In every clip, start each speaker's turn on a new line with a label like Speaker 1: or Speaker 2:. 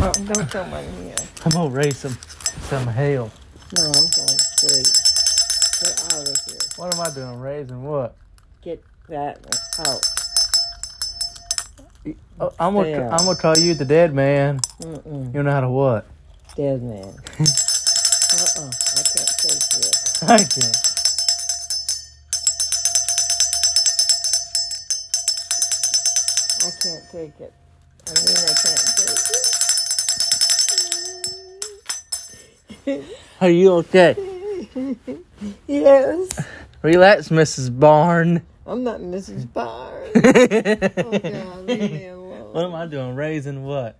Speaker 1: Oh, don't tell my here.
Speaker 2: I'm gonna raise some some hell.
Speaker 1: No, I'm going straight. Get out of here.
Speaker 2: What am I doing? Raising what?
Speaker 1: Get that one out.
Speaker 2: Oh, I'm gonna
Speaker 1: Damn.
Speaker 2: I'm gonna call you the dead man.
Speaker 1: Mm-mm.
Speaker 2: You don't know how to what?
Speaker 1: Dead man. uh-uh. I can't take this.
Speaker 2: I can't.
Speaker 1: I can't take it. I mean, I can't take it.
Speaker 2: Are you okay?
Speaker 1: yes.
Speaker 2: Relax, Mrs. Barn.
Speaker 1: I'm not Mrs. Barnes. oh, God. Leave
Speaker 2: what
Speaker 1: me alone.
Speaker 2: am I doing? Raising what?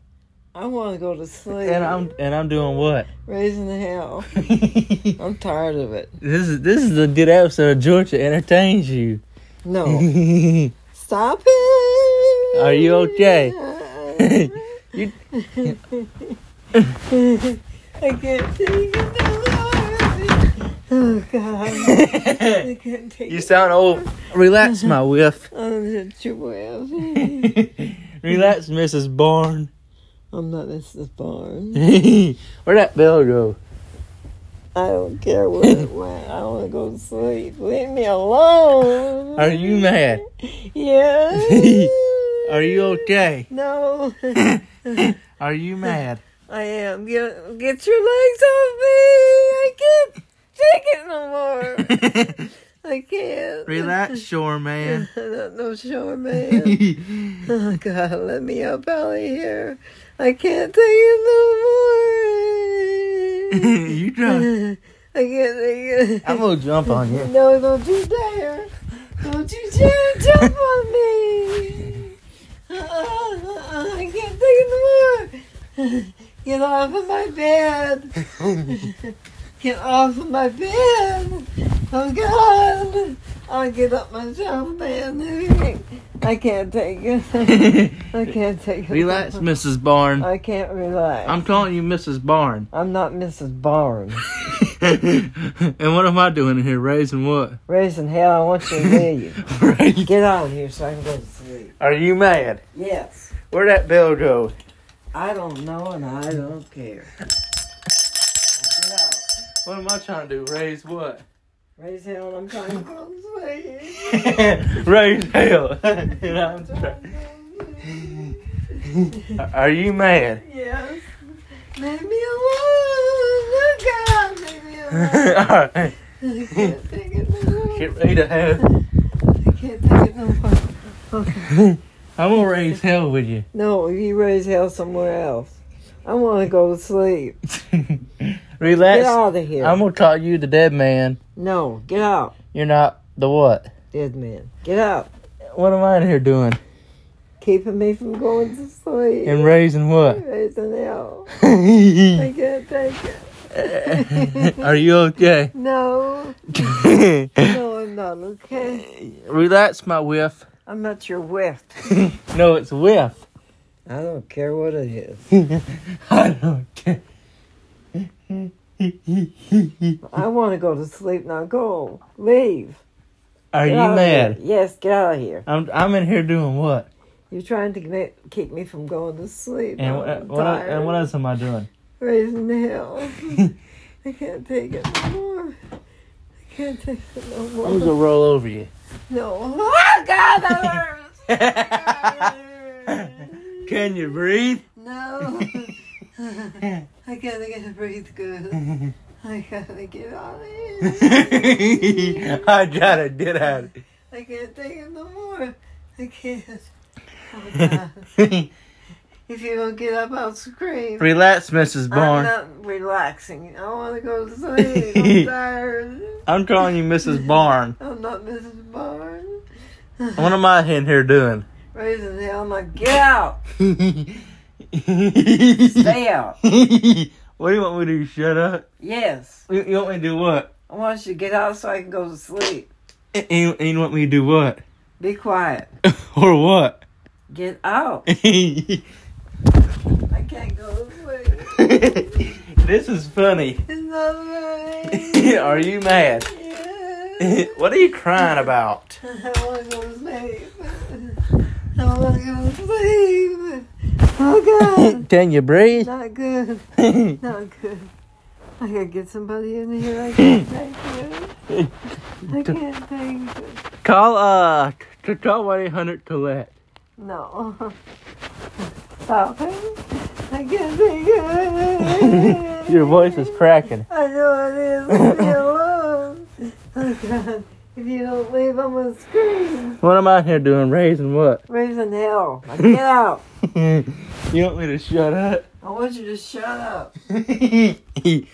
Speaker 1: I want to go to sleep.
Speaker 2: And I'm and I'm doing what?
Speaker 1: raising the hell.
Speaker 2: this
Speaker 1: I'm tired of it.
Speaker 2: is this is a good episode of Georgia entertains you.
Speaker 1: No.
Speaker 2: Oh. you
Speaker 1: Stop it.
Speaker 2: Are you okay? You-
Speaker 1: I can't take it. no more. Oh God. I can't take it.
Speaker 2: sound old. Relax, my whiff.
Speaker 1: I'm such a whale.
Speaker 2: Relax, Mrs. Barn.
Speaker 1: I'm not Mrs. Barnes.
Speaker 2: Where'd that bell go?
Speaker 1: I don't care where it went. I want to go to sleep. Leave me alone.
Speaker 2: Are you mad?
Speaker 1: Yeah.
Speaker 2: Are you okay?
Speaker 1: No.
Speaker 2: Are you mad?
Speaker 1: I am. Get, get your legs off me. I can't take it no more. I can't.
Speaker 2: Relax, sure, man.
Speaker 1: No, no, sure, man. Oh God, let me up out of here. I can't take it no more.
Speaker 2: You drunk.
Speaker 1: I can't take it.
Speaker 2: I'm gonna jump on you.
Speaker 1: No, don't you dare. Don't you dare jump on me. Uh, I can't take it no more. Get off of my bed. Get off of my bed. Oh, God. I'll get up myself, man. I can't take it. I can't take it.
Speaker 2: Relax, Mrs. Barn.
Speaker 1: I can't relax.
Speaker 2: I'm calling you Mrs. Barn.
Speaker 1: I'm not Mrs. Barnes.
Speaker 2: and what am I doing in here? Raising what?
Speaker 1: Raising hell, I want you to leave. Get out of here so I can go to sleep.
Speaker 2: Are you mad?
Speaker 1: Yes.
Speaker 2: Where'd that bell go?
Speaker 1: I don't know and I don't care. Now Get out.
Speaker 2: What am I trying to do? Raise what?
Speaker 1: Raise hell, I'm trying to go to sleep.
Speaker 2: Raise hell. And I'm try- Are you mad?
Speaker 1: Yes. Leave me alone. Look out. Leave me alone.
Speaker 2: Alright.
Speaker 1: I can't take it no more.
Speaker 2: Get ready to hell.
Speaker 1: I can't take it no more.
Speaker 2: I'm gonna raise hell with you.
Speaker 1: No, you raise hell somewhere else. I want to go to sleep. Get
Speaker 2: Relax.
Speaker 1: out of here.
Speaker 2: I'm gonna call you the dead man.
Speaker 1: no, get out,
Speaker 2: You're not the what?
Speaker 1: dead man. Get out.
Speaker 2: What am I in here doing?
Speaker 1: Keeping me from going to sleep.
Speaker 2: And raising what?
Speaker 1: Raising hell. I
Speaker 2: Are
Speaker 1: can't take it.
Speaker 2: you okay?
Speaker 1: No, no, I'm not okay.
Speaker 2: Relax, my whiff.
Speaker 1: I'm not your whiff.
Speaker 2: No, it's whiff.
Speaker 1: I don't care what it is.
Speaker 2: I don't care.
Speaker 1: I want to go to sleep now. Go, leave.
Speaker 2: Are you
Speaker 1: Get out of
Speaker 2: mad?
Speaker 1: here. Yes, get out of here.
Speaker 2: I'm I'm in here doing what?
Speaker 1: You're trying to make, keep me from going to sleep.
Speaker 2: And
Speaker 1: I'm
Speaker 2: what, what
Speaker 1: tired.
Speaker 2: and what else am I doing?
Speaker 1: Raising hell. I can't take it no more. I can't take it no more.
Speaker 2: I'm gonna roll over you.
Speaker 1: No. Oh God, that hurts.
Speaker 2: Can you breathe?
Speaker 1: No. I gotta get to breathe good. I gotta get out of here.
Speaker 2: I gotta get out.
Speaker 1: I can't take it no more. I can't. Oh, God. If you don't get up, I'll scream.
Speaker 2: Relax, Mrs.
Speaker 1: I'm
Speaker 2: Barn.
Speaker 1: not relaxing. I want to go to sleep. I'm tired.
Speaker 2: I'm calling you Mrs. Barn.
Speaker 1: I'm not Mrs. Barnes.
Speaker 2: What am I in here doing?
Speaker 1: Raising hell, I'm like, get out.
Speaker 2: Stay
Speaker 1: Stay out.
Speaker 2: what do you want me to do? Shut up?
Speaker 1: Yes.
Speaker 2: You, you want me to do what?
Speaker 1: I want you to get out so I can go to sleep.
Speaker 2: And you, and you want me to do what?
Speaker 1: Be quiet.
Speaker 2: or what?
Speaker 1: Get out.
Speaker 2: this
Speaker 1: I can't go to sleep.
Speaker 2: is funny.
Speaker 1: It's not right.
Speaker 2: Are you mad?
Speaker 1: Yeah.
Speaker 2: what are you crying about?
Speaker 1: I want to go to sleep. I want to go to sleep. Oh, God.
Speaker 2: Can you breathe?
Speaker 1: Not good.
Speaker 2: Can
Speaker 1: Not good. I gotta get somebody in here. I can't think. I can't think.
Speaker 2: Call uh t- t- call one eight hundred Colette.
Speaker 1: No. Stop it. I can't think.
Speaker 2: Your voice is cracking.
Speaker 1: I know it is. Leave me alone. Oh God. If you don't leave, I'm gonna scream.
Speaker 2: What am I here doing? Raising what?
Speaker 1: Raising hell. Now Get out.
Speaker 2: you want me to shut up?
Speaker 1: I want you to shut up.